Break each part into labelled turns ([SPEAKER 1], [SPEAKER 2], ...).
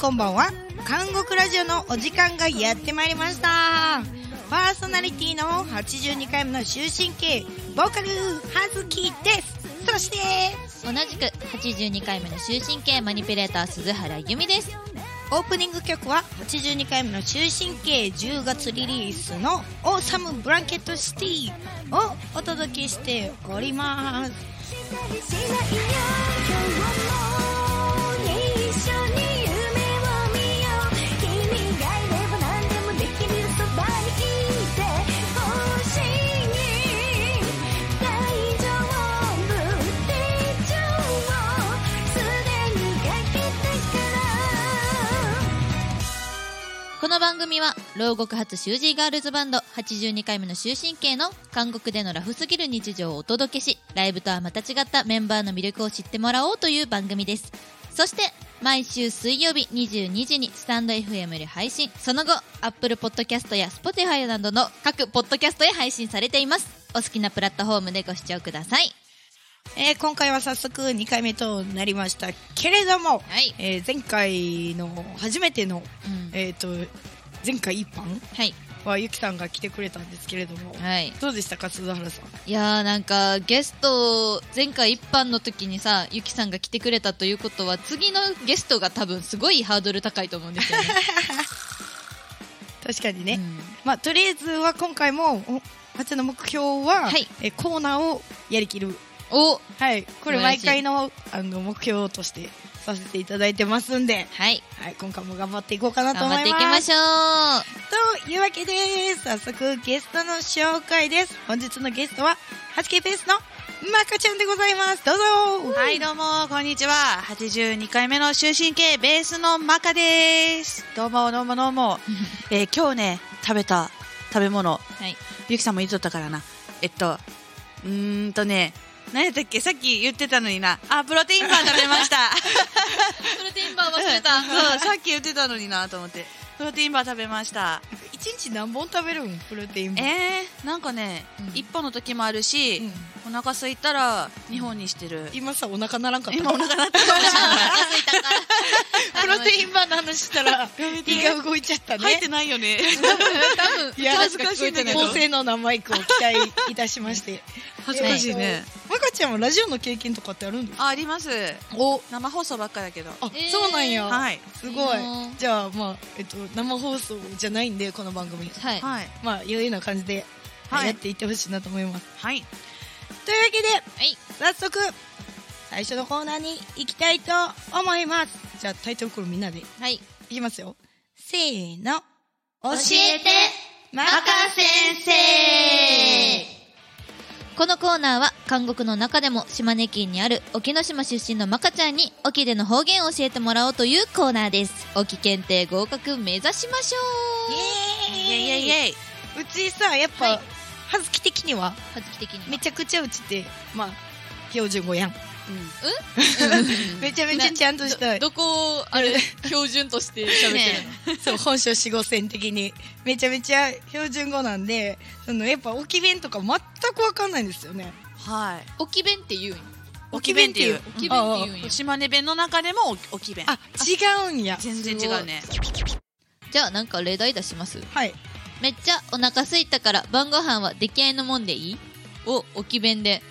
[SPEAKER 1] こんばんは韓国ラジオのお時間がやってまいりましたパーソナリティの82回目の終身刑ボーカル葉月ですそして
[SPEAKER 2] 同じく82回目の終身刑マニピュレーター鈴原由美です
[SPEAKER 1] オープニング曲は82回目の終身刑10月リリースの「オーサムブランケットシティ」をお届けしております
[SPEAKER 2] この番組は牢獄発シュージーガールズバンド82回目の終身刑の韓国でのラフすぎる日常をお届けしライブとはまた違ったメンバーの魅力を知ってもらおうという番組ですそして毎週水曜日22時にスタンド FM で配信その後 Apple Podcast や Spotify などの各ポッドキャストへ配信されていますお好きなプラットフォームでご視聴ください
[SPEAKER 1] えー今回は早速2回目となりましたけれども、
[SPEAKER 2] はい
[SPEAKER 1] えー前回の初めての、
[SPEAKER 2] うん
[SPEAKER 1] えっ、と前回一般
[SPEAKER 2] はい
[SPEAKER 1] はゆきさんが来てくれたんですけれども、
[SPEAKER 2] はい
[SPEAKER 1] どうでしたか鈴原さん
[SPEAKER 2] いやーなんかゲスト前回一般の時にさゆきさんが来てくれたということは次のゲストが多分すごいハードル高いと思うんですよね。
[SPEAKER 1] 確かにね、
[SPEAKER 2] うん
[SPEAKER 1] まあとりあえずは今回もお私の目標は、
[SPEAKER 2] はい
[SPEAKER 1] えーコーナーをやりきる
[SPEAKER 2] お
[SPEAKER 1] はいこれ
[SPEAKER 2] 素晴ら
[SPEAKER 1] 毎
[SPEAKER 2] しい
[SPEAKER 1] 回のあの目標としてさせていただいてますんで、
[SPEAKER 2] はい
[SPEAKER 1] はい、今回も頑張っていこうかなと
[SPEAKER 2] 頑
[SPEAKER 1] 思い
[SPEAKER 2] 張
[SPEAKER 1] ま
[SPEAKER 2] っ
[SPEAKER 1] す
[SPEAKER 2] ていきましょう
[SPEAKER 1] というわけです早速ゲストの紹介です本日のゲストは 8K ペースのまかちゃんでございますどうぞ
[SPEAKER 3] はい、どうも、こんにちは。82回目の終身刑、ベースのマカです。どうも、どうも、どうも。 えー今日ね、食べた食べ物、
[SPEAKER 2] はい
[SPEAKER 3] ゆきさんも言っとったからな。えっと、うーんとね、何やったっけさっき言ってたのにな。あ、プロテインバー食べました。
[SPEAKER 2] プロテインバー忘れ た
[SPEAKER 3] そう、さっき言ってたのになと思って。プロテインバー食べました。
[SPEAKER 1] 一日何本食べるんプロテインバー
[SPEAKER 3] えー、なんかね
[SPEAKER 2] うん、
[SPEAKER 3] 一、本の時もあるし、
[SPEAKER 1] うん
[SPEAKER 3] お腹空いたら二本にしてる。
[SPEAKER 1] 今さお腹ならんかった
[SPEAKER 3] 今お腹鳴ったかもしれない。
[SPEAKER 1] プロテインバーの話した ら胃が動いちゃったね
[SPEAKER 3] 入ってないよ ね。
[SPEAKER 2] 多分
[SPEAKER 1] いや
[SPEAKER 3] 恥ずかしいんだけど
[SPEAKER 1] 高性能なマイクを期待いたしまして
[SPEAKER 3] 恥ずかしいね。
[SPEAKER 1] まかちゃんはラジオの経験とかってあるんですか
[SPEAKER 3] ああります
[SPEAKER 1] お
[SPEAKER 3] 生放送ばっかだけど
[SPEAKER 1] あ、
[SPEAKER 2] えー
[SPEAKER 1] そうなんや、
[SPEAKER 3] はい
[SPEAKER 1] すごい
[SPEAKER 2] いいな
[SPEAKER 1] じゃあまあ、えっと、生放送じゃないんでこの番組
[SPEAKER 2] はいは
[SPEAKER 3] はい
[SPEAKER 1] まあ、いうような感じで、
[SPEAKER 3] はい
[SPEAKER 1] やっていってほしいなと思います。
[SPEAKER 3] はい
[SPEAKER 1] というわけで、
[SPEAKER 2] い
[SPEAKER 1] 早速、最初のコーナーに行きたいと思います。じゃあ、タイトルコールみんなでい
[SPEAKER 2] はい
[SPEAKER 1] きますよ。せーの。教
[SPEAKER 2] マカこのコーナーは韓国の中でも島根県にある沖ノ島出身のマカちゃんに沖での方言を教えてもらおうというコーナーです沖検定合格目指しましょ
[SPEAKER 1] イ
[SPEAKER 3] イ
[SPEAKER 1] エー
[SPEAKER 3] エ
[SPEAKER 1] イ
[SPEAKER 3] イイエイイエイ
[SPEAKER 1] うちさ、やっ
[SPEAKER 2] は
[SPEAKER 1] ぱ、
[SPEAKER 2] い
[SPEAKER 1] はずき的には、
[SPEAKER 2] うはずき的に
[SPEAKER 1] めちゃくちゃうちって、まあ、標準語やん。めちゃめちゃちゃんとした、
[SPEAKER 2] どこをあれ標準として喋
[SPEAKER 3] ね
[SPEAKER 1] そう、本書四五線的に、めちゃめちゃ標準語なんで、その、やっぱ、沖弁とか全くわかんないんですよね。
[SPEAKER 3] はい
[SPEAKER 2] 沖弁って言うんや
[SPEAKER 3] 沖弁っていう
[SPEAKER 2] 沖弁って言うんや
[SPEAKER 3] 島根弁の中でもお沖弁
[SPEAKER 1] あ違うんや
[SPEAKER 3] 全然違うね
[SPEAKER 2] じゃあなんか例題出します
[SPEAKER 1] はい
[SPEAKER 2] めっちゃお腹空いたから晩ご飯は出来合いのもんでいいを沖弁で、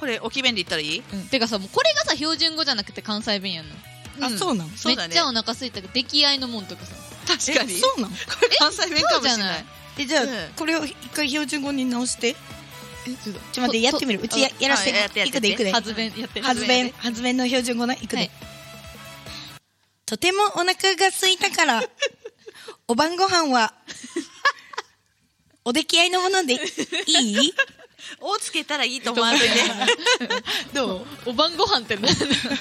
[SPEAKER 3] これ沖弁で言ったらいい
[SPEAKER 2] うん、てかさもうこれがさ標準語じゃなくて関西弁やんの
[SPEAKER 1] あ
[SPEAKER 3] うん
[SPEAKER 1] そうなの
[SPEAKER 3] そうだね
[SPEAKER 2] めっちゃお腹空いたから出来合いのもんとかさ
[SPEAKER 3] 確
[SPEAKER 1] えそうなの
[SPEAKER 3] 関西弁かもしれない
[SPEAKER 1] えじゃあ
[SPEAKER 3] うん
[SPEAKER 1] これを一回標準語に直して
[SPEAKER 2] えちょっと
[SPEAKER 1] ちょっと待ってやってみるうちややらせ
[SPEAKER 3] あやって
[SPEAKER 1] て
[SPEAKER 3] やっ
[SPEAKER 1] い
[SPEAKER 3] て
[SPEAKER 1] くでいくで
[SPEAKER 2] はず弁やって
[SPEAKER 1] はず
[SPEAKER 2] や
[SPEAKER 1] 弁
[SPEAKER 2] って
[SPEAKER 1] はず弁の標準語ないく
[SPEAKER 2] は
[SPEAKER 1] で
[SPEAKER 2] い
[SPEAKER 1] とてもお腹が空いたから お晩ご飯はお出来合いのものでいい
[SPEAKER 3] おつけたらいいと思わんといて
[SPEAKER 1] どう
[SPEAKER 2] お晩ご飯って何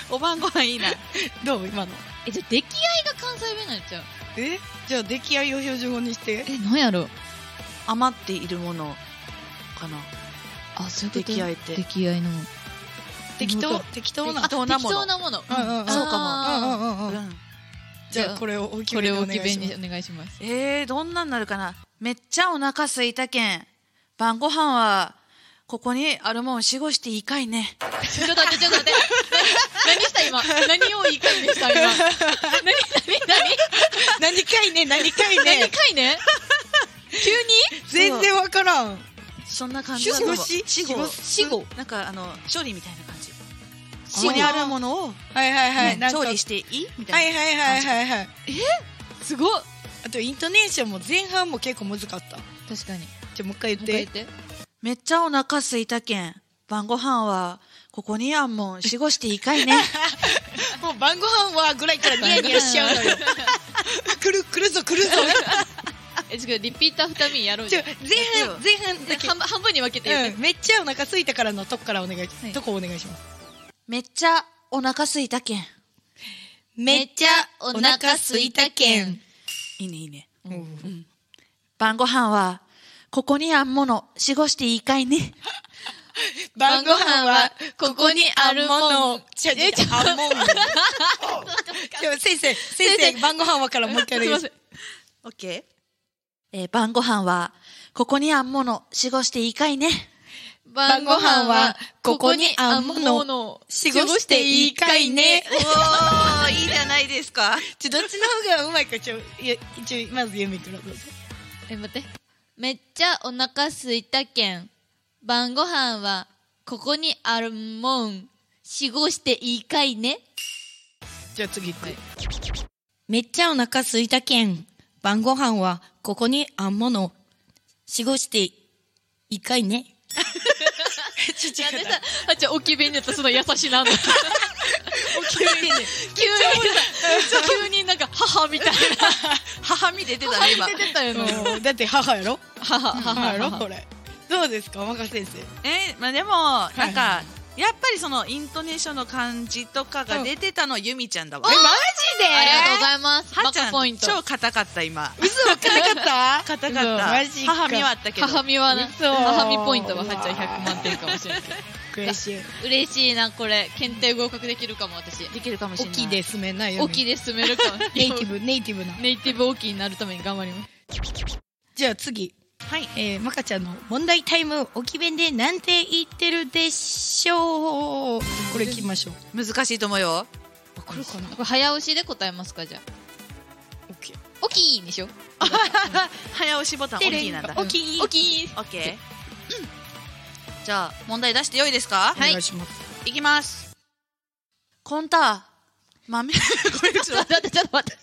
[SPEAKER 3] お晩ご飯いいな
[SPEAKER 1] どう今の
[SPEAKER 2] えじゃあ出来合いが関西弁なんちゃう
[SPEAKER 1] えじゃあ出来合いを標準語にして
[SPEAKER 2] えなんやろ
[SPEAKER 3] 余っているものかな
[SPEAKER 2] あそういうこと
[SPEAKER 3] 出来合いって
[SPEAKER 2] 出来合いのもん
[SPEAKER 1] 適
[SPEAKER 2] な
[SPEAKER 1] 当
[SPEAKER 2] るほ
[SPEAKER 1] 適当
[SPEAKER 3] 適
[SPEAKER 1] な
[SPEAKER 3] 当なもの
[SPEAKER 2] 適当なもの
[SPEAKER 1] うんうんうん
[SPEAKER 2] あー
[SPEAKER 3] そうか
[SPEAKER 1] う
[SPEAKER 3] も
[SPEAKER 1] んうんうん
[SPEAKER 3] う
[SPEAKER 1] うん
[SPEAKER 3] ん
[SPEAKER 1] じゃあこれを沖
[SPEAKER 2] これ
[SPEAKER 1] 弁でお願
[SPEAKER 2] を沖
[SPEAKER 1] いし
[SPEAKER 2] 弁
[SPEAKER 1] ます
[SPEAKER 2] にお願いします
[SPEAKER 3] えー、どんなんなるかなめっちゃお腹すいたけん晩ご飯はここにあるもん死後していいかいね。
[SPEAKER 2] ちょっと待って、ちょっと待って。何何した今何をいい回でした 今。何何
[SPEAKER 1] 何回ね何回
[SPEAKER 2] 何 何
[SPEAKER 1] ね
[SPEAKER 2] 回ね急に
[SPEAKER 1] 全然わからん
[SPEAKER 3] そんな感じ
[SPEAKER 1] 死
[SPEAKER 3] だと思
[SPEAKER 1] 後
[SPEAKER 3] う
[SPEAKER 1] 死
[SPEAKER 3] 死
[SPEAKER 1] 後
[SPEAKER 3] 後。
[SPEAKER 2] 死後
[SPEAKER 3] なんかあの、処理みたいな感じ。
[SPEAKER 1] 死
[SPEAKER 3] ここにあるものを、
[SPEAKER 1] はいはいはい、
[SPEAKER 3] うん
[SPEAKER 1] なんか
[SPEAKER 3] 調
[SPEAKER 1] はい
[SPEAKER 3] 理していいみた
[SPEAKER 1] はいい
[SPEAKER 3] な。
[SPEAKER 1] はいはいはい
[SPEAKER 2] すごい
[SPEAKER 1] あとイントネーションも前半も結構難かった
[SPEAKER 2] 確かに。
[SPEAKER 1] じゃあもう一回言っ
[SPEAKER 2] もう一回
[SPEAKER 1] て
[SPEAKER 2] 言って。
[SPEAKER 3] めっちゃお腹すいたけん。晩ご飯は、ここにあんもん死後していいか いね。
[SPEAKER 1] もう晩ご飯はぐらいからニヤニヤしちゃうのよ 来る来るぞ来るぞ
[SPEAKER 2] え、ちょっとリピーター二人やろう
[SPEAKER 1] ち
[SPEAKER 2] じ
[SPEAKER 1] ょ
[SPEAKER 2] ゃん。
[SPEAKER 1] 前半前半だけ
[SPEAKER 2] 半分半分に分けて言って。
[SPEAKER 1] うん、めっちゃお腹空いたからのとこからお願いします、
[SPEAKER 2] はい
[SPEAKER 1] とこお願いします
[SPEAKER 3] めっちゃお腹すいたけん。
[SPEAKER 1] め
[SPEAKER 2] っちゃお腹すいたけん
[SPEAKER 3] いいねいいね。
[SPEAKER 1] うん
[SPEAKER 3] 晩ご飯は、ここにあんもの死後していいかいね。
[SPEAKER 1] 晩ご飯は
[SPEAKER 2] ここにあるもの。
[SPEAKER 1] ちゃえちゃあ もんでも先生先生晩ご飯はからもう一回お
[SPEAKER 2] すい
[SPEAKER 1] 願い
[SPEAKER 2] ま
[SPEAKER 1] し
[SPEAKER 2] せ
[SPEAKER 1] ます。
[SPEAKER 2] ん
[SPEAKER 3] オッケー。えー晩ご飯は、ここにあんもの死後していいかいね。
[SPEAKER 2] 晩
[SPEAKER 1] ご飯はここにあんも
[SPEAKER 2] の
[SPEAKER 1] 死後していいかいね
[SPEAKER 3] おー、いいじゃないですか。
[SPEAKER 1] ちょどっちの方がうまいかちょいや一応まず由美からどうぞ
[SPEAKER 2] え待ってめっちゃお腹すいたけん晩ご飯はここにあるもん死後していいかいね
[SPEAKER 1] じゃあ次行って、めっちゃお腹すいたけん晩ご飯はここにあんもの死後していいかいねちょちょちょ
[SPEAKER 2] あじゃあおきべになったその優しいなんだ急に急になんか母みたいな
[SPEAKER 3] 母身出てたね、今。
[SPEAKER 2] 出てたよね
[SPEAKER 1] もうだって母やろ
[SPEAKER 2] 母
[SPEAKER 1] 母
[SPEAKER 2] 母
[SPEAKER 1] やろこれどうですか若先生
[SPEAKER 3] えーまあでも、
[SPEAKER 1] い
[SPEAKER 3] なんか、やっぱりその、イントネーションの感じとかが出てたの、ゆみちゃんだわ。
[SPEAKER 1] えマジで
[SPEAKER 2] ありがとうございます
[SPEAKER 3] は
[SPEAKER 2] バ
[SPEAKER 3] っちゃ
[SPEAKER 2] カ
[SPEAKER 3] ん
[SPEAKER 2] ポイント
[SPEAKER 3] 超硬かった、今。
[SPEAKER 1] 嘘わからなかった
[SPEAKER 3] 硬
[SPEAKER 1] う
[SPEAKER 3] かった。
[SPEAKER 1] んマジか
[SPEAKER 3] 母身はあった けど。
[SPEAKER 2] 母みはな
[SPEAKER 1] 嘘
[SPEAKER 2] 母みポイントははっちゃん100万点かもしれない
[SPEAKER 1] 嬉しい
[SPEAKER 2] 嬉しいなこれ検定合格できるかも私
[SPEAKER 3] できるかもしれ
[SPEAKER 1] 大
[SPEAKER 3] ない。
[SPEAKER 1] きいで進めんないよ
[SPEAKER 2] 大きいで進めるかも
[SPEAKER 1] ネイティブネイティブな
[SPEAKER 2] ネイティブ大きいになるために頑張ります
[SPEAKER 1] じゃあ次
[SPEAKER 3] はい。
[SPEAKER 1] えー、まかちゃんの問題タイム置き弁でなんて言ってるでしょうこれ聞きましょう
[SPEAKER 3] 難しいと思うよ。
[SPEAKER 1] わかるかな
[SPEAKER 2] これ早押しで答えますかじゃあ
[SPEAKER 1] オッケー
[SPEAKER 2] 大きいでしょ
[SPEAKER 3] 早押しボタン、大きいなん だ。
[SPEAKER 1] 大きい
[SPEAKER 2] 大きい
[SPEAKER 3] オッケー。 じゃあ、問題出してよいですか
[SPEAKER 1] お願いします
[SPEAKER 3] いきます。コンタ、 豆、これちょっと、
[SPEAKER 2] 待ってちょっと待って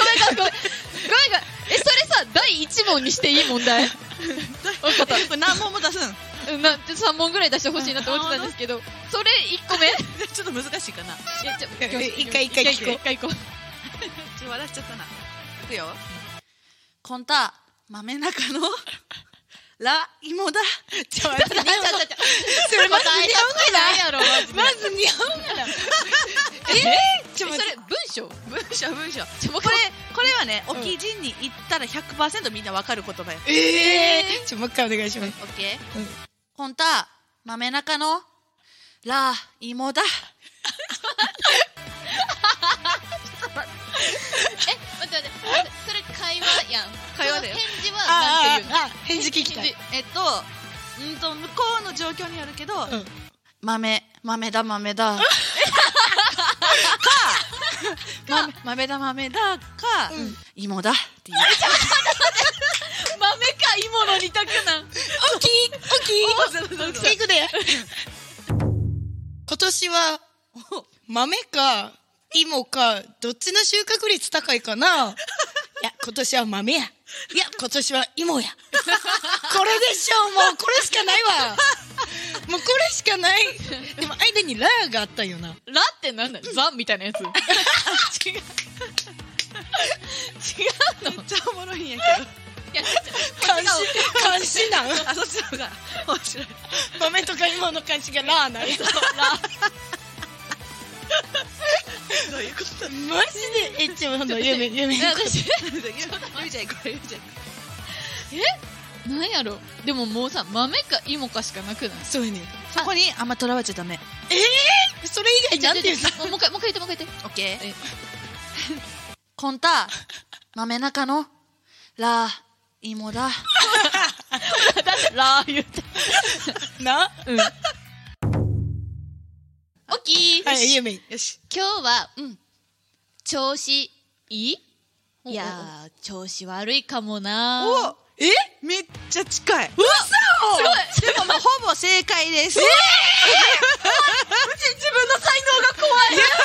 [SPEAKER 2] ごめんごめんごめんごめんごめんえそれさ第一問にしていい問題分かった
[SPEAKER 3] これ何問も出すん。
[SPEAKER 2] うんな3問ぐらい出してほしいなと思ってたんですけどそれ1個目い
[SPEAKER 3] ちょっと難しいかな。
[SPEAKER 2] やちょ
[SPEAKER 1] え一回一回
[SPEAKER 2] 一回一回一回一回一回一回一回
[SPEAKER 3] ちょ、笑っちゃったな。いくよ。コンタ、豆中 の、ラ、芋だ。
[SPEAKER 1] ちょ待って日本語それまず
[SPEAKER 2] 答え
[SPEAKER 1] 日
[SPEAKER 2] た
[SPEAKER 1] 本
[SPEAKER 2] くないやろマジ
[SPEAKER 1] 語
[SPEAKER 2] で
[SPEAKER 1] まず日本語だえー、ちょ待
[SPEAKER 2] えそ
[SPEAKER 1] っ
[SPEAKER 2] れ
[SPEAKER 1] て
[SPEAKER 2] 文章
[SPEAKER 3] 文章、文章。
[SPEAKER 2] ちょもう一
[SPEAKER 3] こ
[SPEAKER 2] 回
[SPEAKER 3] れ、これはね、
[SPEAKER 1] ん
[SPEAKER 3] 沖人に言ったら100%みんなわかる言葉や。
[SPEAKER 1] えー、ちょもう一回お願いします
[SPEAKER 3] オッケー
[SPEAKER 1] うん
[SPEAKER 3] コンタ、豆中の、ラ、芋だ。
[SPEAKER 2] え待って待って待ってそれ会話やん
[SPEAKER 3] 会話だよ
[SPEAKER 2] その返事はなん
[SPEAKER 1] あ
[SPEAKER 2] て
[SPEAKER 1] ー
[SPEAKER 2] 言うの
[SPEAKER 1] あーあー返事聞きたい
[SPEAKER 3] えっと、うんと、向こうの状況によるけど、
[SPEAKER 1] うん
[SPEAKER 3] 豆、豆だ、豆 だ。か、豆豆だ、豆だ、か、
[SPEAKER 1] うん
[SPEAKER 3] 芋だっていう。
[SPEAKER 2] 豆か芋の二択なん
[SPEAKER 1] 大きい大きい大きいくで 今年は豆か芋かどっちの収穫率高いか ないや今年は豆やいや今年は芋や これでしょうもうこれしかない わもうこれしかないでも間にラー があったよな
[SPEAKER 2] ラってなんだザみたいなやつ違 う違うのい
[SPEAKER 3] めっちゃおもろいんや
[SPEAKER 2] や
[SPEAKER 1] 監視監視 なん
[SPEAKER 3] けど。あ、そっちの方が面白い。
[SPEAKER 1] 豆とか芋の監視がラー なん
[SPEAKER 2] そうラ
[SPEAKER 3] どういうこと
[SPEAKER 1] マジでえちょっと 夢夢
[SPEAKER 2] いや私
[SPEAKER 3] ゆゆうちゃん、これゆうちゃん。
[SPEAKER 2] えなんやろでももうさ豆か芋かしかなくない
[SPEAKER 1] そうやねん
[SPEAKER 3] そこにあんまとらわれちゃダメ。
[SPEAKER 1] それ以外なんて言う
[SPEAKER 2] ちょちょちょもう一回もう一回言ってもう一回言っ
[SPEAKER 3] オッケ
[SPEAKER 2] え
[SPEAKER 3] ー。コンタ、豆中の、ラ、芋だ。
[SPEAKER 2] ラー油って。
[SPEAKER 1] な
[SPEAKER 2] うん。オッキー、
[SPEAKER 1] はい、ゆめ。
[SPEAKER 3] よし。
[SPEAKER 2] 今日は、うん、調子いい
[SPEAKER 1] お
[SPEAKER 2] いやー、調子悪いかもな
[SPEAKER 3] お
[SPEAKER 2] ー。
[SPEAKER 1] え
[SPEAKER 3] めっちゃ近い。
[SPEAKER 1] 嘘
[SPEAKER 2] すごい
[SPEAKER 3] でも、まあ、ほぼ正解です。
[SPEAKER 2] 自分の才能が怖い
[SPEAKER 1] やば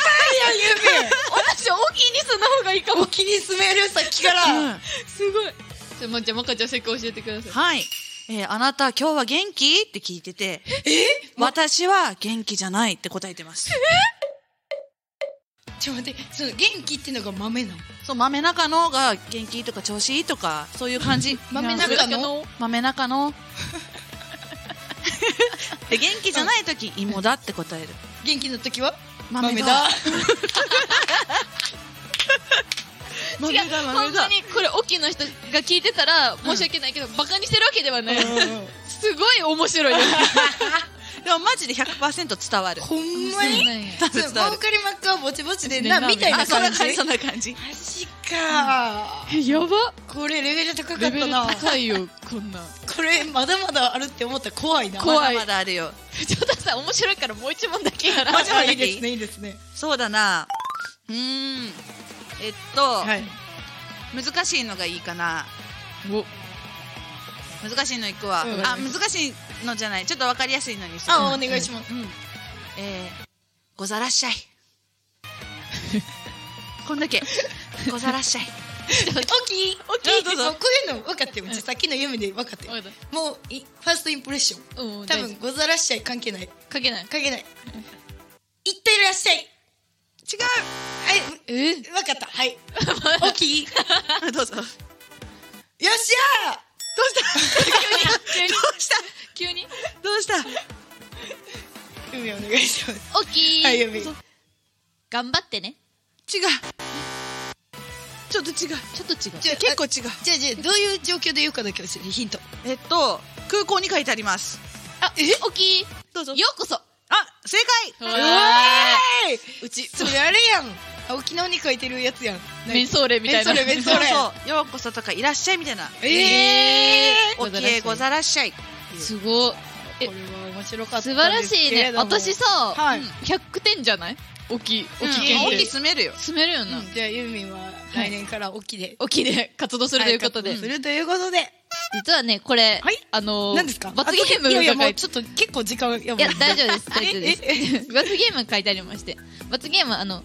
[SPEAKER 1] いよ、ゆめ。
[SPEAKER 2] 私、大きいにすんだ方がいいかも
[SPEAKER 1] お。気に詰める、さっきから。
[SPEAKER 2] すごい。ちょ、ま、じゃあ、まかちゃん、正解教えてください。
[SPEAKER 3] はい。えーあなた今日は元気って聞いてて、
[SPEAKER 1] え
[SPEAKER 3] 私は元気じゃないって答えてます。
[SPEAKER 1] ちょ、待って、その元気ってのが豆なの。
[SPEAKER 3] そう、豆中野が元気とか調子いいとか、そういう感じ。
[SPEAKER 1] 豆
[SPEAKER 3] ニュアンス
[SPEAKER 1] 中野
[SPEAKER 3] 豆 中野。で、元気じゃない時、芋だって 答える。
[SPEAKER 1] 元気な時は
[SPEAKER 3] 豆だ。
[SPEAKER 2] 違 う、本当に、これ、大きいの人が聞いてたら、申し訳ないけど、馬鹿にしてるわけではない。すごい面白いよ。
[SPEAKER 3] でもマジで100%伝わる。
[SPEAKER 1] ほんまに
[SPEAKER 3] 多分伝
[SPEAKER 1] ボー
[SPEAKER 3] わる。
[SPEAKER 1] カルマックはぼちぼちで
[SPEAKER 2] ね
[SPEAKER 1] な、
[SPEAKER 2] な
[SPEAKER 1] みたいな
[SPEAKER 3] あ、そん
[SPEAKER 1] 感
[SPEAKER 3] な
[SPEAKER 1] じ
[SPEAKER 3] 感じ、そんな感じ。
[SPEAKER 1] マジか
[SPEAKER 2] やば
[SPEAKER 1] これレベル高か
[SPEAKER 2] レ
[SPEAKER 1] っ
[SPEAKER 2] ベ
[SPEAKER 1] た
[SPEAKER 2] ル
[SPEAKER 1] な
[SPEAKER 2] 高いよ、こんな。
[SPEAKER 1] これまだまだあるって思ったら怖いな
[SPEAKER 2] 怖い
[SPEAKER 3] まだまだあるよ。
[SPEAKER 2] ちょっとさ、面白いからもう一問だけやら
[SPEAKER 1] まあじゃあいいですねいいですね
[SPEAKER 3] そうだな。うーん。えっと、
[SPEAKER 1] はい
[SPEAKER 3] 難しいのがいいかな。
[SPEAKER 2] お
[SPEAKER 3] 難しいのいくわ、
[SPEAKER 1] うん
[SPEAKER 3] あ難しいのじゃないちょっとわかりやすいのにする
[SPEAKER 1] あお願いします
[SPEAKER 3] うんえー、ござらっし ゃいこんだけござらっしゃい
[SPEAKER 1] オッキーオッ
[SPEAKER 3] どうぞ
[SPEAKER 1] そうこういうの分かってるさっきの夢で分かって
[SPEAKER 2] わ
[SPEAKER 1] る
[SPEAKER 2] かっ
[SPEAKER 1] もういファーストインプレッション
[SPEAKER 2] うん、
[SPEAKER 1] 多分ござらっしゃい関係ない
[SPEAKER 2] かけない。
[SPEAKER 1] 関係ないいってらっしゃい違
[SPEAKER 2] え
[SPEAKER 1] うはい分かったはい オッ キー
[SPEAKER 3] あどうぞどう
[SPEAKER 1] よっしゃー
[SPEAKER 3] した
[SPEAKER 2] 急に
[SPEAKER 3] した
[SPEAKER 2] 急に
[SPEAKER 3] どうした
[SPEAKER 1] 海お願いします
[SPEAKER 2] 大きい。
[SPEAKER 1] はい海
[SPEAKER 2] 頑張ってね。
[SPEAKER 3] 違うちょっと違う
[SPEAKER 2] ちょっと違う。
[SPEAKER 1] じゃあ
[SPEAKER 3] 結構違う
[SPEAKER 1] じゃあじゃあどういう状況で言うかだけ教えてヒント
[SPEAKER 3] えっと空港に書いてあります
[SPEAKER 2] あ、大きい。
[SPEAKER 3] どうぞ
[SPEAKER 2] ようこそ。
[SPEAKER 3] あ正
[SPEAKER 2] う
[SPEAKER 3] 解
[SPEAKER 2] わ
[SPEAKER 1] うわーいうちそれあれやんあ沖縄に書いてるやつやん
[SPEAKER 2] メンソーレみたいな。
[SPEAKER 1] メンソーレメンソーレ
[SPEAKER 3] そうようこそとかいらっしゃいみたいな
[SPEAKER 1] ええ
[SPEAKER 3] おきえござらっしゃい
[SPEAKER 2] すごい。え
[SPEAKER 1] これは面白かった
[SPEAKER 2] 素晴らしいね。私
[SPEAKER 1] さ、
[SPEAKER 2] さ、
[SPEAKER 1] はい
[SPEAKER 2] うん100点じゃない大きい。大きい
[SPEAKER 3] うん
[SPEAKER 2] 検
[SPEAKER 3] 大きい
[SPEAKER 2] 定。
[SPEAKER 3] 住めるよ
[SPEAKER 2] 住めるよな。
[SPEAKER 1] じゃあユーミンは来年から沖で、
[SPEAKER 2] 大きいで活動するということで。
[SPEAKER 1] するということで、
[SPEAKER 2] 実はね、これ
[SPEAKER 1] はい、
[SPEAKER 2] あのー、
[SPEAKER 1] 何ですか
[SPEAKER 2] 罰ゲーム
[SPEAKER 1] いやいや
[SPEAKER 2] が
[SPEAKER 1] も
[SPEAKER 2] 書
[SPEAKER 1] う
[SPEAKER 2] いて
[SPEAKER 1] ちょっと結構時間や
[SPEAKER 2] いや、大丈夫です。大丈夫
[SPEAKER 1] え
[SPEAKER 2] です。 罰ゲーム書いてありまして。罰ゲーム、あの、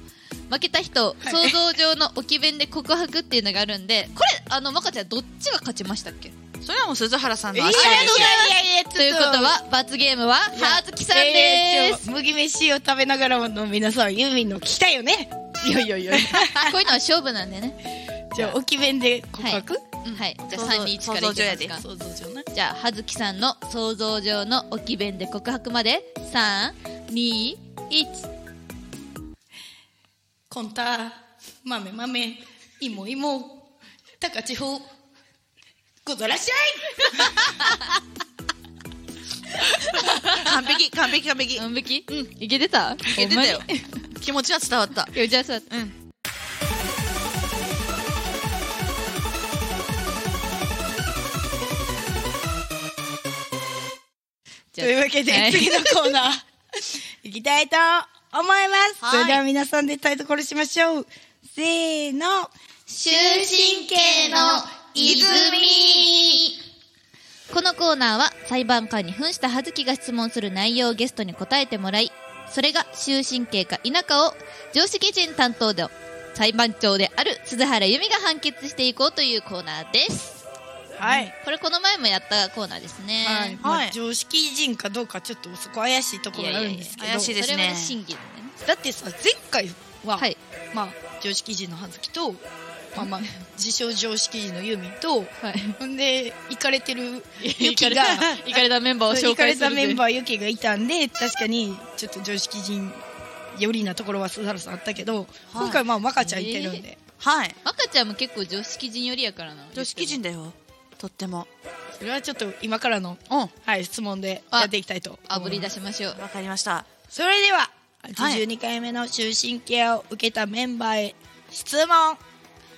[SPEAKER 2] 負けた人、
[SPEAKER 1] はい
[SPEAKER 2] 想像上の置き弁で告白っていうのがあるんで、これ、あの、まかちゃん、どっちが勝ちましたっけ
[SPEAKER 3] それはもう鈴原さん
[SPEAKER 1] いや
[SPEAKER 3] の
[SPEAKER 1] いや
[SPEAKER 3] 足
[SPEAKER 1] いや
[SPEAKER 3] でしょ
[SPEAKER 1] いやいや
[SPEAKER 2] ということは、罰ゲームは、はずきさんで
[SPEAKER 1] ー、麦飯を食べながらの皆さんユーミンの来たよね
[SPEAKER 2] す。いやいやいや。こういうのは勝負なんでね。
[SPEAKER 1] じゃあ沖弁で告白、
[SPEAKER 2] うんはい。じゃあ、
[SPEAKER 3] 想像
[SPEAKER 2] 3、2、1からいき
[SPEAKER 3] 想像
[SPEAKER 2] ま
[SPEAKER 3] 上や
[SPEAKER 2] すか。
[SPEAKER 1] 想像上な
[SPEAKER 2] じゃあ、はずきさんの想像上の置き弁で告白まで、3、2、1。
[SPEAKER 1] コンタ豆豆いもいも高千穂ござらっし
[SPEAKER 3] 完璧完璧完璧
[SPEAKER 2] 完璧うん。いけてた
[SPEAKER 3] いけてたよ
[SPEAKER 2] ほんまに
[SPEAKER 3] 気持ちは伝わった
[SPEAKER 2] いやじゃあさ、
[SPEAKER 3] うん
[SPEAKER 1] ゃいと
[SPEAKER 2] じゃあ
[SPEAKER 1] いうわけで、
[SPEAKER 2] はい
[SPEAKER 1] 次のコーナー 行きたいと思います、
[SPEAKER 3] は
[SPEAKER 1] そ
[SPEAKER 3] い
[SPEAKER 1] れでは皆さんでタイトコールしましょうせーの
[SPEAKER 2] 終身刑の泉このコーナーは裁判官に扮した葉月が質問する内容をゲストに答えてもらいそれが終身刑か否かを常識人担当で裁判長である鈴原由美が判決していこうというコーナーです
[SPEAKER 1] はい、
[SPEAKER 2] これこの前もやったコーナーですね、
[SPEAKER 1] はいま
[SPEAKER 3] は
[SPEAKER 1] あ
[SPEAKER 3] い、
[SPEAKER 1] 常識人かどうかちょっとそこ怪しいところがあるんですけど
[SPEAKER 3] いやいやいや怪しいですね
[SPEAKER 2] それは審議だね
[SPEAKER 1] だってさ前回は、
[SPEAKER 2] はい
[SPEAKER 1] まあ、常識人の葉月と、まあまあ、自称常識人のユーミンと
[SPEAKER 2] はい
[SPEAKER 1] ほんで行かれてるユキ
[SPEAKER 2] 行かれ
[SPEAKER 1] が
[SPEAKER 2] た行かれたメンバーを紹
[SPEAKER 1] 行か
[SPEAKER 2] 介
[SPEAKER 1] れ
[SPEAKER 2] する
[SPEAKER 1] た
[SPEAKER 2] と
[SPEAKER 1] メ
[SPEAKER 2] い
[SPEAKER 1] ン
[SPEAKER 2] う
[SPEAKER 1] バーユキがいたんで確かにちょっと常識人よりなところは鈴原さんあったけど、今回まあマカちゃんいてるんで、
[SPEAKER 3] はい
[SPEAKER 2] 赤ちゃんも結構常識人よりやからな
[SPEAKER 3] 常識人だよとっても
[SPEAKER 1] それはちょっと今からの、
[SPEAKER 3] うんわ
[SPEAKER 1] はい、質問でやっていきたいと
[SPEAKER 2] 炙り
[SPEAKER 1] だ
[SPEAKER 2] 出しましょう
[SPEAKER 3] かりました
[SPEAKER 1] それでは
[SPEAKER 3] はい
[SPEAKER 1] 82回目の終身刑を受けたメンバーへ質問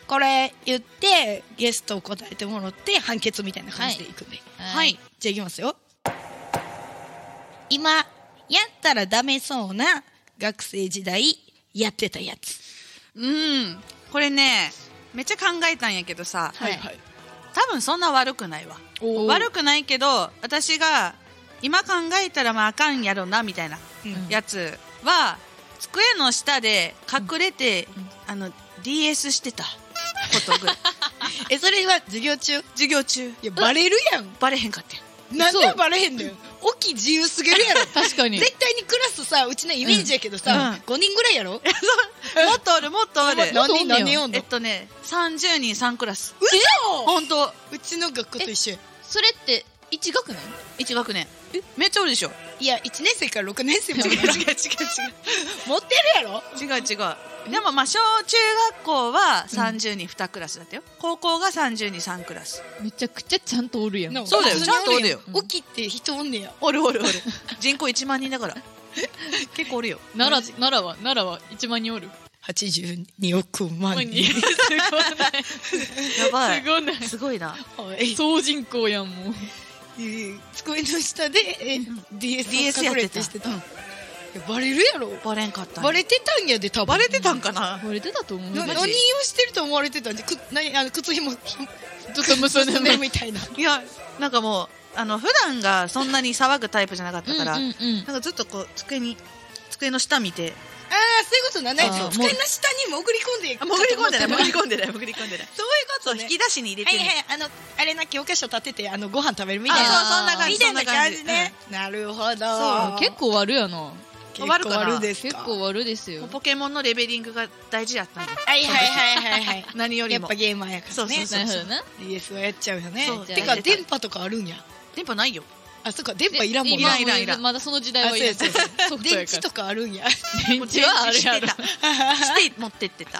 [SPEAKER 1] これ言ってゲストを答えてもらって判決みたいな感じでいくんで、
[SPEAKER 2] あはい。
[SPEAKER 1] じゃあいきますよ。今、やったらダメそうな学生時代やってたやつ。
[SPEAKER 3] うんこれねめっちゃ考えたんやけどさ
[SPEAKER 2] はい
[SPEAKER 1] い。
[SPEAKER 3] 多分そんな悪くないわ
[SPEAKER 1] おー
[SPEAKER 3] 悪くないけど私が今考えたらまああかんやろなみたいな
[SPEAKER 1] うん
[SPEAKER 3] やつは机の下で隠れて、あの DS してたこ とぐらい
[SPEAKER 1] え、それは授業中い
[SPEAKER 3] 授業中
[SPEAKER 1] や、バレるやん。
[SPEAKER 3] バレへんかってん
[SPEAKER 1] なんで
[SPEAKER 2] 嘘
[SPEAKER 1] バレへんのよ。起き自由すぎるや ろ。
[SPEAKER 2] 確かに。
[SPEAKER 1] 絶対にクラスさ、うちのイメージやけど
[SPEAKER 3] うん
[SPEAKER 1] さ、5人ぐらいやろ
[SPEAKER 3] もっとおるもっとおる
[SPEAKER 1] 何人何人おん
[SPEAKER 3] え
[SPEAKER 1] の
[SPEAKER 3] っとね30人3クラス
[SPEAKER 1] 嘘
[SPEAKER 3] 本当
[SPEAKER 1] うちの学校と一緒や
[SPEAKER 2] それって、一学年
[SPEAKER 3] 一学年めっちゃおるでしょ
[SPEAKER 1] いや、1年生から6年生まで。
[SPEAKER 3] 違う違う違う違
[SPEAKER 1] 持ってるやろ
[SPEAKER 3] う違う違うでもまあ小中学校は30人2クラスだったよ高校が30人3クラス
[SPEAKER 2] めちゃくちゃちゃんとおるやん。
[SPEAKER 1] なんか
[SPEAKER 3] そうだよ
[SPEAKER 1] 普通に
[SPEAKER 3] ちゃんとおる
[SPEAKER 2] よ
[SPEAKER 1] 起きって人おんねや。
[SPEAKER 3] おるおるおる人口1万人だ から結構おるよ
[SPEAKER 2] 奈良、奈良は、奈良は一万人おる。
[SPEAKER 1] 82億万人。
[SPEAKER 2] す
[SPEAKER 3] や
[SPEAKER 2] ご
[SPEAKER 3] ば
[SPEAKER 2] ない。
[SPEAKER 3] い
[SPEAKER 2] すごない。
[SPEAKER 3] すごいな
[SPEAKER 1] はい
[SPEAKER 2] 総人口やん、もう。
[SPEAKER 1] えー机の下で、えー DS
[SPEAKER 3] DS
[SPEAKER 1] を
[SPEAKER 3] や
[SPEAKER 1] 隠
[SPEAKER 3] っ
[SPEAKER 1] れ
[SPEAKER 3] て
[SPEAKER 1] て
[SPEAKER 3] た
[SPEAKER 1] してた。いやバレるやろ。
[SPEAKER 3] バレんかった
[SPEAKER 1] バレてたんやで、多分。
[SPEAKER 3] バレてたんかな
[SPEAKER 2] これ出たと思う。
[SPEAKER 1] な何をしてると思われてたんで、く何あの靴ひ も、
[SPEAKER 2] ずっと結んで
[SPEAKER 1] 娘みたいな。
[SPEAKER 3] いやなんかもうあの普段がそんなに騒ぐタイプじゃなかったから、
[SPEAKER 2] うんうんうん
[SPEAKER 3] なんかずっとこう机に机の下見て
[SPEAKER 1] ああ、そういうことだね
[SPEAKER 2] あーも。う
[SPEAKER 1] 机の下に潜り込んでいく
[SPEAKER 3] あ潜り込んでない
[SPEAKER 1] そうい
[SPEAKER 3] 潜
[SPEAKER 1] う
[SPEAKER 3] り込んでない潜り込んでない
[SPEAKER 1] こと
[SPEAKER 3] そう
[SPEAKER 1] ね
[SPEAKER 3] 引。き出しに入れ
[SPEAKER 1] は
[SPEAKER 3] て
[SPEAKER 1] い
[SPEAKER 3] る、
[SPEAKER 1] はい、あの、あれな、教科書立てて、あの、ご飯食べるみ
[SPEAKER 3] あ
[SPEAKER 1] たいな。
[SPEAKER 3] そうそんな感じ
[SPEAKER 1] みたいな感じ
[SPEAKER 3] そんな
[SPEAKER 1] ね。なるほど。
[SPEAKER 3] そう
[SPEAKER 2] 結構悪やな。
[SPEAKER 1] 結
[SPEAKER 3] 悪かな
[SPEAKER 1] 悪です
[SPEAKER 2] 結
[SPEAKER 1] か。
[SPEAKER 2] 構悪ですよ
[SPEAKER 3] うん。ポケモンのレベリングが大事やったんだ
[SPEAKER 1] はいはいはいはいはい。
[SPEAKER 3] 何より
[SPEAKER 1] やっ
[SPEAKER 3] も
[SPEAKER 1] ぱゲーマーやからね。
[SPEAKER 3] そうそう
[SPEAKER 2] なるほどな。
[SPEAKER 1] DS はやっちゃうよね
[SPEAKER 3] そう。
[SPEAKER 1] てか、電波とかあるんや。
[SPEAKER 3] 電波ないよ
[SPEAKER 1] あ、そっか、電波いらんもん
[SPEAKER 2] 今
[SPEAKER 1] な。
[SPEAKER 2] はい
[SPEAKER 3] らんいらん
[SPEAKER 2] まだその時代はいらん
[SPEAKER 1] あそうやそうや
[SPEAKER 2] ソフト
[SPEAKER 1] 電
[SPEAKER 2] や
[SPEAKER 1] 池
[SPEAKER 2] か
[SPEAKER 1] とかあるんや。
[SPEAKER 2] ら。電池はあるやろ
[SPEAKER 3] も。う電池してたして持ってってた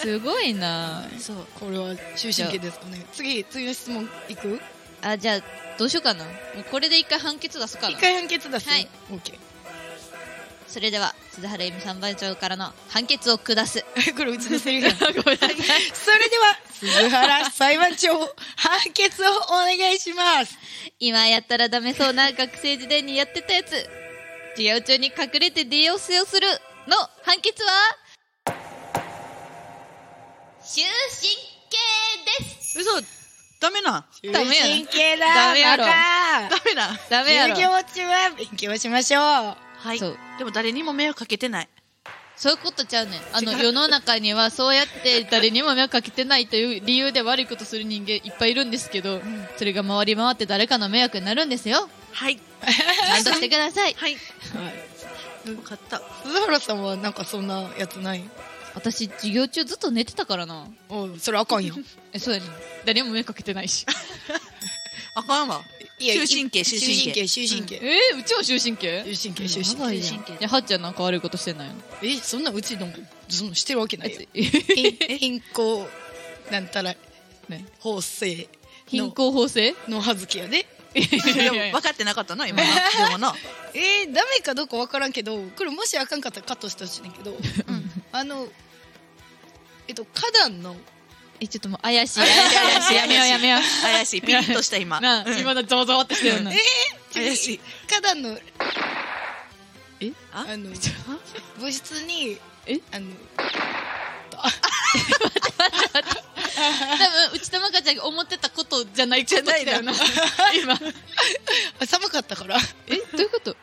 [SPEAKER 2] すごいな。
[SPEAKER 3] そう
[SPEAKER 1] これは、終身刑ですかね。次、次の質問いく
[SPEAKER 2] あ、じゃあ、どうしようかな。もうこれで一回判決出すか
[SPEAKER 1] 一
[SPEAKER 2] な。
[SPEAKER 1] 回判決出す。
[SPEAKER 2] はい。
[SPEAKER 1] オッケ
[SPEAKER 2] それでは、鈴原由美三番長からの判決を下す。
[SPEAKER 1] ー。 これ、うちのセリフや。
[SPEAKER 2] ごめんなさい。
[SPEAKER 1] それでは、鈴原裁判長、判決をお願いします。
[SPEAKER 2] 今やったらダメそうな学生時代にやってたやつ。授業中に隠れて d をせをするの判決は、終身刑です。
[SPEAKER 3] 嘘ダメな
[SPEAKER 2] ダメやな
[SPEAKER 1] 終身刑だ。
[SPEAKER 2] ダメやろ
[SPEAKER 1] バ
[SPEAKER 3] ダメな
[SPEAKER 2] ダ
[SPEAKER 1] カ
[SPEAKER 2] メやろ。
[SPEAKER 1] 授業中は勉強しましょう。
[SPEAKER 3] はい
[SPEAKER 2] そう
[SPEAKER 3] でも誰にも迷惑かけてない
[SPEAKER 2] そういうことちゃうねん。あの、世の中にはそうやって誰にも迷惑かけてないという理由で悪いことする人間いっぱいいるんですけど、それが回り回って誰かの迷惑になるんです よ。
[SPEAKER 3] はい
[SPEAKER 2] ちゃんとしてください。
[SPEAKER 3] はい
[SPEAKER 1] はい。
[SPEAKER 3] よかった
[SPEAKER 1] 鈴原さんは、なんかそんなやつない
[SPEAKER 2] 私、授業中ずっと寝てたからな。
[SPEAKER 1] おうそれあかんよ。
[SPEAKER 2] え、そうやねん。誰にも迷惑かけてないし。
[SPEAKER 3] あかんわ
[SPEAKER 1] いや
[SPEAKER 3] 終身刑終身刑
[SPEAKER 1] 終身刑。
[SPEAKER 2] えー、うちも終身
[SPEAKER 1] 終
[SPEAKER 2] 刑
[SPEAKER 1] 身刑、終
[SPEAKER 2] や
[SPEAKER 1] 身
[SPEAKER 2] ば
[SPEAKER 1] 刑。
[SPEAKER 2] いやん。いや、はっちゃんなんか悪いことしてないの
[SPEAKER 1] え、そんなうちの、そのしてるわけ ないよ。
[SPEAKER 2] え
[SPEAKER 1] 貧貧困、なんたら、
[SPEAKER 2] ね
[SPEAKER 1] 法制
[SPEAKER 2] 貧
[SPEAKER 1] の、
[SPEAKER 2] 困法制
[SPEAKER 1] のはずきやで。
[SPEAKER 3] でも分かってなかったな今なでもな
[SPEAKER 1] えー、ダメかどうかわからんけど、これもしあかんかったらカットしてほしいねんけど、あの、えっと、花壇の、
[SPEAKER 2] え、ちょっともう怪しい。怪しい。やめようやめよう。
[SPEAKER 3] 怪しいピリッとした今
[SPEAKER 2] なあ、
[SPEAKER 3] うん
[SPEAKER 2] 今のざわざわってしてるな。
[SPEAKER 3] 怪しい
[SPEAKER 1] 花壇の、
[SPEAKER 2] え
[SPEAKER 3] あ
[SPEAKER 1] あの、 部室に、
[SPEAKER 2] え
[SPEAKER 1] あの、
[SPEAKER 2] 多分うちとまかちゃんが思ってたことじゃないことだよな今
[SPEAKER 1] あ 寒かったから、
[SPEAKER 2] えどういうこと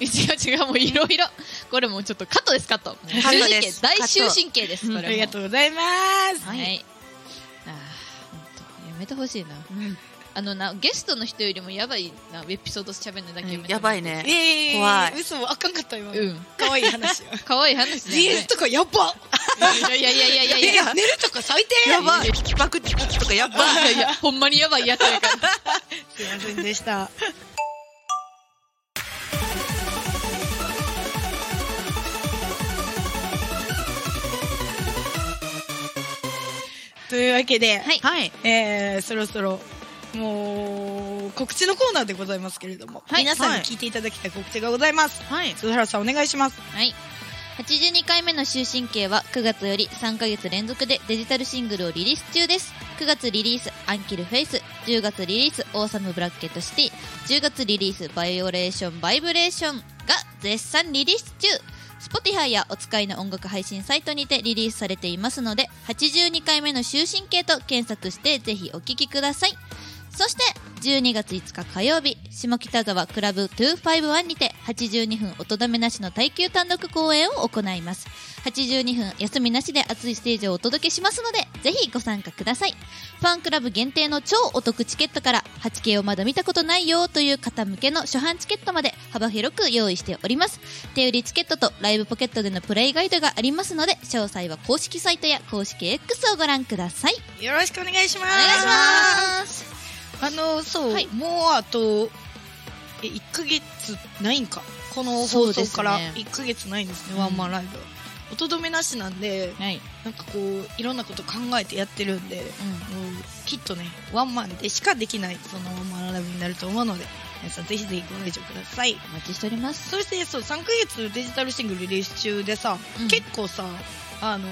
[SPEAKER 2] え違う違うもういろいろこれもうちょっとカットですカット終
[SPEAKER 3] ト
[SPEAKER 2] 身
[SPEAKER 3] で
[SPEAKER 2] 刑
[SPEAKER 3] す
[SPEAKER 2] 大終身刑ですこれ
[SPEAKER 1] あ
[SPEAKER 2] も
[SPEAKER 1] りがとうございます。
[SPEAKER 2] はい、ああやめてほしいなあのなゲストの人よりもやばいなエピソード喋るのだけやめて
[SPEAKER 3] やば
[SPEAKER 2] い
[SPEAKER 3] いね
[SPEAKER 1] えー、
[SPEAKER 3] 怖い
[SPEAKER 1] 嘘、あかんかった今。
[SPEAKER 2] うん
[SPEAKER 1] 可愛い話 よ。
[SPEAKER 2] 可愛い話だよ
[SPEAKER 1] DS とかやば
[SPEAKER 2] ねいやいやいやいやい
[SPEAKER 1] え
[SPEAKER 2] やいや
[SPEAKER 1] 寝るとか最低
[SPEAKER 3] やばい聞きパクってとかやばい
[SPEAKER 2] いやいやほんまにやばいやつやから
[SPEAKER 1] すいませんでした。 というわけで、
[SPEAKER 2] はい
[SPEAKER 3] はい
[SPEAKER 1] えーそろそろ、もう、告知のコーナーでございますけれども、
[SPEAKER 2] はい
[SPEAKER 1] 皆さんに聞いていただきたい告知がございます。
[SPEAKER 3] はい
[SPEAKER 1] 鈴原さんお願いします。
[SPEAKER 2] はい。82回目の終身刑は9月より3ヶ月連続でデジタルシングルをリリース中です。9月リリース、アンキルフェイス、 10月リリース「オーサムブラッケットシティ」10月リリース「バイオレーションバイブレーション」が絶賛リリース中 Spotify やお使いの音楽配信サイトにてリリースされていますので82回目の終身刑と検索してぜひお聴きくださいそして12月5日火曜日下北沢クラブ251にて82分おとどめなしの耐久単独公演を行います82分休みなしで熱いステージをお届けしますのでぜひご参加くださいファンクラブ限定の超お得チケットから 8K をまだ見たことないよという方向けの初版チケットまで幅広く用意しております手売りチケットとライブポケットでのプレイガイドがありますので詳細は公式サイトや公式 X をご覧ください
[SPEAKER 1] よろしくお願いします
[SPEAKER 2] お願いします
[SPEAKER 1] あのそう、
[SPEAKER 2] はい
[SPEAKER 1] もうあとえ1ヶ月ないんかこの
[SPEAKER 2] そ
[SPEAKER 1] 放
[SPEAKER 2] うで
[SPEAKER 1] 送
[SPEAKER 2] すね
[SPEAKER 1] から1ヶ月ないんですね
[SPEAKER 2] うん
[SPEAKER 1] ワンマンライブおとどめなしなんで
[SPEAKER 2] はい、
[SPEAKER 1] なんかこういろんなこと考えてやってるんでも
[SPEAKER 2] う
[SPEAKER 1] うきっとねワンマンでしかできないそのワンマンライブになると思うので皆さんぜひぜひご来場ください
[SPEAKER 2] ん、お待ちしております
[SPEAKER 1] そしてそう3ヶ月デジタルシングルリリース中でさ、
[SPEAKER 2] うん
[SPEAKER 1] 結構さあの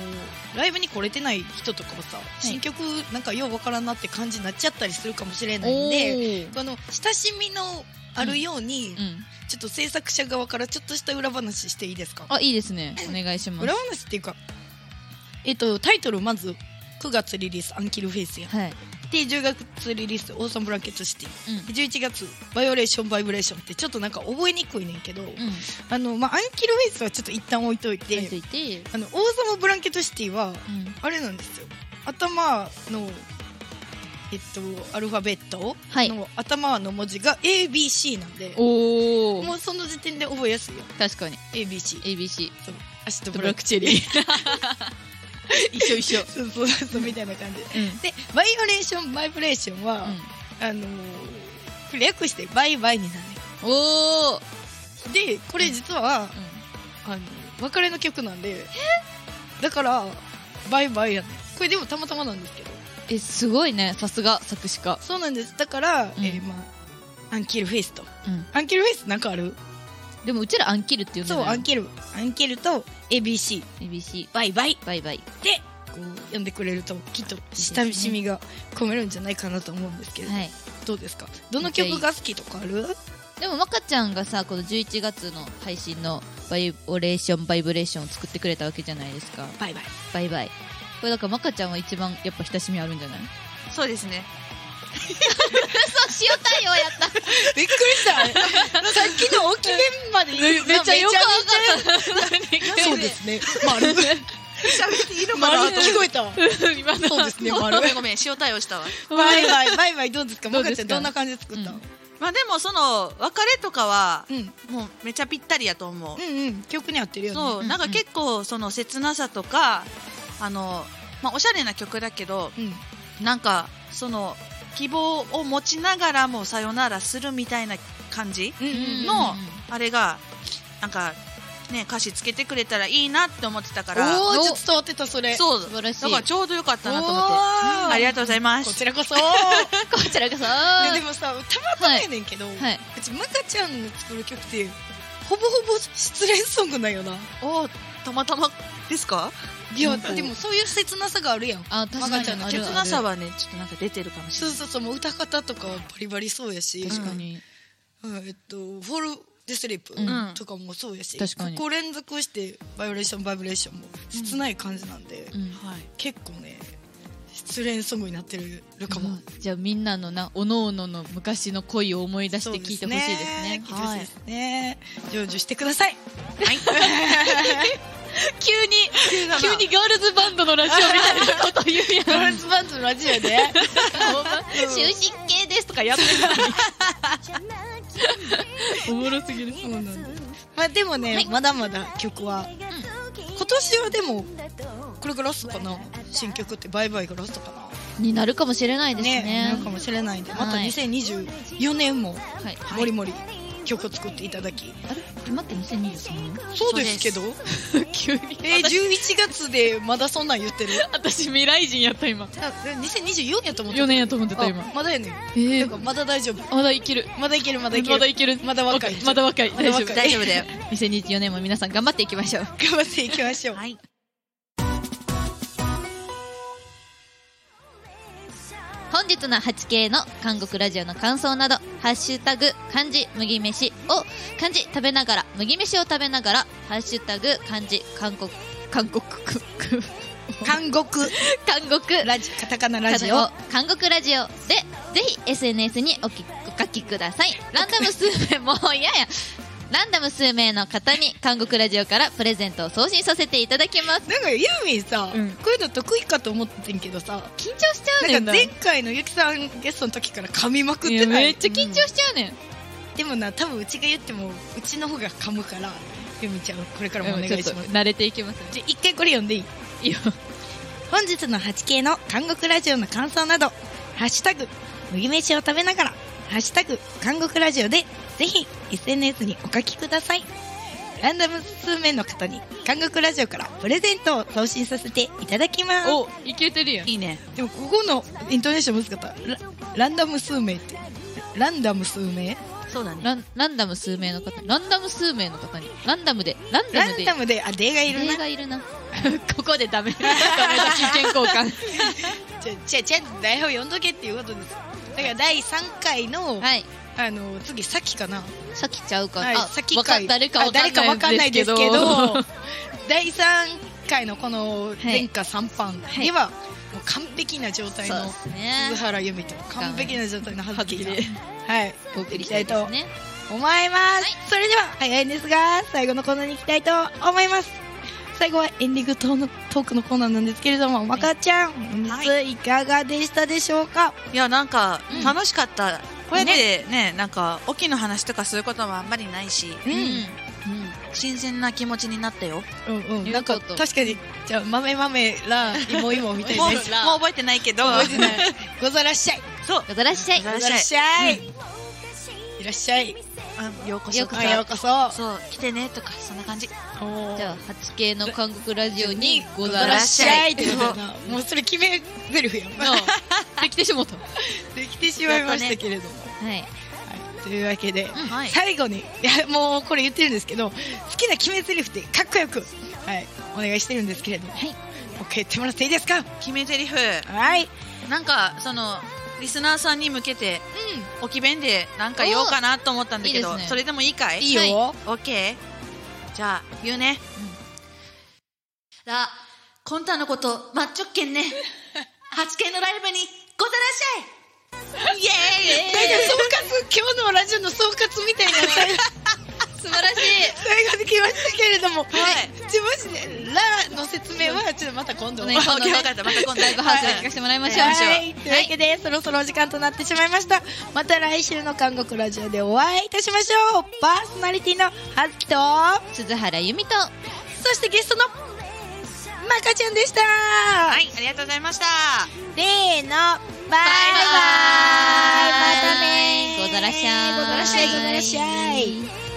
[SPEAKER 1] ライブに来れてない人とかもさ、新曲なんかようわからんなって感じになっちゃったりするかもしれないんで
[SPEAKER 2] で
[SPEAKER 1] この親しみのあるように、
[SPEAKER 2] うん、
[SPEAKER 1] ちょっと制作者側からちょっとした裏話していいですか
[SPEAKER 2] あいいですねお願いします
[SPEAKER 1] 裏話っていうかえっとタイトルまず9月リリース「アンキルフェイス」や
[SPEAKER 2] はい、
[SPEAKER 1] で10月リリース「オーサムブランケットシティ
[SPEAKER 2] うん」
[SPEAKER 1] で11月「バイオレーションバイブレーション」ってちょっとなんか覚えにくいねんけど、
[SPEAKER 2] うん、
[SPEAKER 1] あのまあアンキルフェイスはちょっと一旦置いといて
[SPEAKER 2] 置いといて、
[SPEAKER 1] あの王様ブランケットシティは
[SPEAKER 2] うん、
[SPEAKER 1] あれなんですよ頭のえっとアルファベット
[SPEAKER 2] はい
[SPEAKER 1] の頭の文字が ABC なんで、
[SPEAKER 2] お
[SPEAKER 1] もうその時点で覚えやすいよ
[SPEAKER 2] 確かに
[SPEAKER 1] ABC
[SPEAKER 2] ABC
[SPEAKER 1] そう足と
[SPEAKER 2] ブ
[SPEAKER 1] ブ
[SPEAKER 2] ラ
[SPEAKER 1] ラ
[SPEAKER 2] ッ
[SPEAKER 1] ッ
[SPEAKER 2] ク
[SPEAKER 1] ク
[SPEAKER 2] チ ェリー一緒一緒
[SPEAKER 1] そうそうそうみたいな感じで
[SPEAKER 2] うん、
[SPEAKER 1] でバイオレーションバイブレーションは、あのーこれ略してバイバイになる
[SPEAKER 2] おお、
[SPEAKER 1] でこれ実は、あの別れの曲なんでだからバイバイやねこれでもたまたまなんですけど
[SPEAKER 2] えすごいねさすが作詞家
[SPEAKER 1] そうなんですだから、
[SPEAKER 2] うん
[SPEAKER 1] えーまあアンキルフェイスと
[SPEAKER 2] うん
[SPEAKER 1] アンキルフェイスなんかある
[SPEAKER 2] でもうちらアンキルって呼んで
[SPEAKER 1] そうアン
[SPEAKER 2] る
[SPEAKER 1] キルアンキルと ABC
[SPEAKER 2] ABC
[SPEAKER 1] バイバイ
[SPEAKER 2] バイバイ
[SPEAKER 1] でこう読んでくれるときっと親しみが込めるんじゃないかなと思うんですけれど、
[SPEAKER 2] はい
[SPEAKER 1] どうですかどの曲が好きとかある
[SPEAKER 2] でも若ちゃんがさこの11月の配信のバイオレーションバイブレーションを作ってくれたわけじゃないですか
[SPEAKER 1] バイバイ
[SPEAKER 2] バイバイこれだから若ちゃんは一番やっぱ親しみあるんじゃない
[SPEAKER 3] そうですね。
[SPEAKER 2] 嘘塩対応やった
[SPEAKER 1] びっくりしたさっきの沖面までめ
[SPEAKER 2] めっちゃよくわかっ
[SPEAKER 1] そうです ね丸喋っていいのかな
[SPEAKER 2] 丸
[SPEAKER 1] 聞こえたわ
[SPEAKER 2] た今の
[SPEAKER 1] そうですね
[SPEAKER 3] ご
[SPEAKER 1] 丸
[SPEAKER 3] めんごめん、塩対応したわ。
[SPEAKER 1] バイバイ、バイバイ、どうですか、
[SPEAKER 2] ど
[SPEAKER 1] も
[SPEAKER 2] うで
[SPEAKER 1] か
[SPEAKER 2] す
[SPEAKER 1] ち
[SPEAKER 2] か
[SPEAKER 1] ゃん、どんな感じで作ったの。
[SPEAKER 3] まあでもその別れとかは
[SPEAKER 1] うん、うん、
[SPEAKER 3] もうめちゃぴったりやと思う。
[SPEAKER 1] うん、曲に合ってるよね。
[SPEAKER 3] そう、
[SPEAKER 2] うん
[SPEAKER 3] なんか結構その切なさとかあのまあおしゃれな曲だけど
[SPEAKER 1] うん、
[SPEAKER 3] なんかその希望を持ちながらもさよならするみたいな感じ
[SPEAKER 1] うん、
[SPEAKER 3] のあれがなんかね歌詞つけてくれたらいいなって思ってたから
[SPEAKER 1] おお、ちょっと伝わってた、それ。
[SPEAKER 3] そう
[SPEAKER 2] 素晴らしい
[SPEAKER 3] だからちょうどよかったなと思って
[SPEAKER 1] おー
[SPEAKER 3] ありがとうございま
[SPEAKER 1] こ
[SPEAKER 3] す
[SPEAKER 1] ちら こそ。で
[SPEAKER 2] こちらこそ
[SPEAKER 1] でもさ、たまたまやねんけど、
[SPEAKER 2] はい、
[SPEAKER 1] うちまかちゃんの作る曲って。ほぼほぼ失恋ソングなんよな。
[SPEAKER 3] おーたまたまですか
[SPEAKER 1] いや、
[SPEAKER 2] うん
[SPEAKER 1] でも、そういう切なさがあるやん。
[SPEAKER 2] あ確か
[SPEAKER 1] まか
[SPEAKER 2] に
[SPEAKER 1] ち
[SPEAKER 2] あ
[SPEAKER 1] ゃん
[SPEAKER 2] る
[SPEAKER 1] の
[SPEAKER 2] あ
[SPEAKER 3] 切
[SPEAKER 2] る
[SPEAKER 3] なさはねちょっとなんか出てるかもし
[SPEAKER 1] そう
[SPEAKER 3] れない
[SPEAKER 1] そうそう、もう歌方とかはバリバリそうやし。
[SPEAKER 2] 確かに、
[SPEAKER 1] うんえっと、フォールデスリープ
[SPEAKER 2] うん
[SPEAKER 1] とかもそうやし、
[SPEAKER 2] 確かに
[SPEAKER 1] ここ連続してバイオレーションバイブレーションも切ない感じなんで、
[SPEAKER 2] うん
[SPEAKER 3] はい
[SPEAKER 1] 結構ね失恋ソングになってるかも、
[SPEAKER 2] まあじゃあみんなのなおのおのの昔の恋を思い出して聞いてほし
[SPEAKER 1] そう
[SPEAKER 2] いですね
[SPEAKER 1] ですね聞いてほしいですね成就してください
[SPEAKER 2] 急に急にガールズバンドのラジオみたいなこと言う
[SPEAKER 1] フ
[SPEAKER 2] や
[SPEAKER 1] ラ
[SPEAKER 2] ん
[SPEAKER 1] ンスバンドのラジオで
[SPEAKER 2] 終身系ですとかやってるおもろすぎる
[SPEAKER 1] そうなん ですまあでもね、
[SPEAKER 2] はい
[SPEAKER 1] まだまだ曲は今年はでもこれがラストかな新曲ってバイバイがラストかな
[SPEAKER 2] になるかもしれないですね
[SPEAKER 1] なるかもしれないんでまた
[SPEAKER 2] はい
[SPEAKER 1] 2024年も
[SPEAKER 2] はい、
[SPEAKER 1] もりもり曲を作っていただき、
[SPEAKER 2] あれ待って2023年
[SPEAKER 1] そうですけど
[SPEAKER 2] 急に
[SPEAKER 1] えー、11月でまだそんなん言ってる
[SPEAKER 2] 私未来人やった今
[SPEAKER 1] あ2024やと思って
[SPEAKER 2] 4年やと思ってた
[SPEAKER 1] あ
[SPEAKER 2] 今
[SPEAKER 1] まだやね
[SPEAKER 2] え
[SPEAKER 1] ん
[SPEAKER 2] ー
[SPEAKER 1] だからまだ大丈夫
[SPEAKER 2] まだいける
[SPEAKER 1] まだいけるま
[SPEAKER 2] ま
[SPEAKER 1] だいける
[SPEAKER 2] だいけ る
[SPEAKER 1] まだ若い
[SPEAKER 2] まだ若い
[SPEAKER 1] まだ若い
[SPEAKER 2] 大丈
[SPEAKER 3] 大丈
[SPEAKER 2] 夫
[SPEAKER 3] 夫だ よ
[SPEAKER 2] 2024年も皆さん頑張っていきましょう
[SPEAKER 1] 頑張っていきましょう
[SPEAKER 3] はい
[SPEAKER 2] 放本日の 8K の韓国ラジオの感想など「ハッシュタグ漢字麦飯」を漢字食べながら麦飯を食べながら「ハッシュタグ漢字韓国韓国 くく
[SPEAKER 1] 韓国
[SPEAKER 2] 韓国
[SPEAKER 1] ラジカタカナラジオ
[SPEAKER 2] 韓国ラジオでぜひ SNS におきお書きくださいランダム数名もうややランダム数名の方に韓国ラジオからプレゼントを送信させていただきます
[SPEAKER 1] なんかユーミンさ、
[SPEAKER 2] うん
[SPEAKER 1] こういうの得意かと思ってんけどさ
[SPEAKER 2] 緊張しちゃう
[SPEAKER 1] な
[SPEAKER 2] ね
[SPEAKER 1] んんか
[SPEAKER 2] な
[SPEAKER 1] 前回のゆきさんゲストの時から噛みまくっ
[SPEAKER 2] い
[SPEAKER 1] て
[SPEAKER 2] や
[SPEAKER 1] ない
[SPEAKER 2] めっちゃ緊張しちゃうねん、
[SPEAKER 1] でもな多分うちが言ってもうちの方が噛むからユーミンちゃんこれからもお願い
[SPEAKER 2] ち
[SPEAKER 1] し
[SPEAKER 2] ょ
[SPEAKER 1] ま
[SPEAKER 2] っ
[SPEAKER 1] す
[SPEAKER 2] と、慣れていきます
[SPEAKER 1] じゃ一回これ読んでいい
[SPEAKER 2] いいよ
[SPEAKER 1] 本日の 8K の韓国ラジオの感想など「ハッシュタグ麦飯を食べながら」「ハッシュタグ韓国ラジオで」ぜひ SNS にお書きくださいランダム数名の方に韓国ラジオからプレゼントを送信させていただきます
[SPEAKER 2] おいけてるやん
[SPEAKER 3] いいね。
[SPEAKER 1] でもここのイントネーション難しかったラランダム数名ってランダム数名
[SPEAKER 3] そうだね。
[SPEAKER 2] ランランダム数名の方にランダム数名の方にランダムでランダ
[SPEAKER 1] ラ
[SPEAKER 2] ム
[SPEAKER 1] ン
[SPEAKER 2] で
[SPEAKER 1] ダムであ「で」がいる
[SPEAKER 2] 例
[SPEAKER 1] な
[SPEAKER 2] がいる なここでダメ ダメだ意見交換
[SPEAKER 1] ちょちょちょ台本読んどけっていうことですだから第3回の、
[SPEAKER 2] はい
[SPEAKER 1] あの次さっきかな
[SPEAKER 2] さっきちゃうか、
[SPEAKER 1] はい
[SPEAKER 2] あ
[SPEAKER 1] 先
[SPEAKER 2] わか
[SPEAKER 1] 回
[SPEAKER 2] 誰か
[SPEAKER 1] あ
[SPEAKER 2] わかんない
[SPEAKER 1] 誰かわかんないですけど 第3回のこの前科3班では、もう完璧な状態
[SPEAKER 2] そう
[SPEAKER 1] の
[SPEAKER 2] ですね
[SPEAKER 1] 鈴原由美と完璧な状態の葉月が
[SPEAKER 2] 葉月
[SPEAKER 1] はい
[SPEAKER 2] お送りしたいですね
[SPEAKER 1] 思います、それでは早いんですが最後のコーナーに行きたいと思います最後はエンディングトーのトークのコーナーなんですけれどもまかちゃん本日いかがでしたでしょうか、
[SPEAKER 3] いや、なんか
[SPEAKER 2] うん、
[SPEAKER 3] 楽しかった。こうやってね、なんか、沖の話とかすることもあんまりないし、
[SPEAKER 1] う
[SPEAKER 2] うんん、
[SPEAKER 3] 新鮮な気持ちになったよ。も
[SPEAKER 1] うんうん、
[SPEAKER 2] 言
[SPEAKER 1] なん
[SPEAKER 2] うこ
[SPEAKER 1] か
[SPEAKER 2] と
[SPEAKER 1] 確かにじゃあ豆豆らいもいもみた
[SPEAKER 3] う、
[SPEAKER 1] い
[SPEAKER 3] も
[SPEAKER 1] な
[SPEAKER 3] う
[SPEAKER 1] やつ
[SPEAKER 3] 覚えてないけど、
[SPEAKER 1] 覚えてないござらっしゃい
[SPEAKER 3] そう、
[SPEAKER 2] ござらっしゃい
[SPEAKER 3] ござ
[SPEAKER 1] ご
[SPEAKER 3] らっ
[SPEAKER 1] ざらっし
[SPEAKER 3] し
[SPEAKER 1] ゃい、いらっしゃい
[SPEAKER 3] あようこ
[SPEAKER 2] よ
[SPEAKER 3] そう
[SPEAKER 2] こ
[SPEAKER 3] か
[SPEAKER 2] そ
[SPEAKER 1] あようこそ
[SPEAKER 3] そう、来てねとか、そんな感じ。
[SPEAKER 2] じゃあ 8K の韓国ラジオにご
[SPEAKER 1] ご
[SPEAKER 2] ざ
[SPEAKER 1] ざ
[SPEAKER 2] ら
[SPEAKER 1] らっ
[SPEAKER 2] っし
[SPEAKER 1] し
[SPEAKER 2] ゃ
[SPEAKER 1] ゃい
[SPEAKER 2] い
[SPEAKER 1] ってことだなもうそれ決め台詞やん
[SPEAKER 2] のできてしもうた
[SPEAKER 1] できてしまいましたけれども、
[SPEAKER 2] はい
[SPEAKER 1] はい、というわけで、
[SPEAKER 3] はい。
[SPEAKER 1] 最後にいやもうこれ言ってるんですけど好きな決め台詞でかっこよく、はい、お願いしてるんですけれども、はい、僕言ってもらっていいですか
[SPEAKER 3] 決め台詞。
[SPEAKER 1] はい
[SPEAKER 3] なんか、その、リスナーさんに向けて、置き弁でなんか言おうかなと思ったんだけ
[SPEAKER 2] おいい
[SPEAKER 3] ど、
[SPEAKER 2] ですね
[SPEAKER 3] それでもいいかい
[SPEAKER 1] いいよ、
[SPEAKER 2] は
[SPEAKER 3] オッケーじゃあ言うね、らコンタのことマッチョっけん ね八軒のライブにござらっしゃいイエーイ
[SPEAKER 1] なんか総括今日のラジオの総括みたいな 最後
[SPEAKER 2] 素晴らしい
[SPEAKER 1] 最後に来ましたけれども、はい自分でラの説明はちょっとまた今度
[SPEAKER 2] お願いしま
[SPEAKER 3] オッケーわかったまた今度
[SPEAKER 2] ライブハウスで聞かせてもらいましょう、
[SPEAKER 1] はい、というわけで、そろそろお時間となってしまいましたまた来週の韓国ラジオでお会いいたしましょうパーソナリティのはずきと
[SPEAKER 2] 鈴原由美と
[SPEAKER 1] そしてゲストのまかちゃんでした
[SPEAKER 3] はいありがとうございました
[SPEAKER 1] せーのバイバイまたね
[SPEAKER 2] ござらっしゃい
[SPEAKER 1] ござらっしゃいござらっしゃい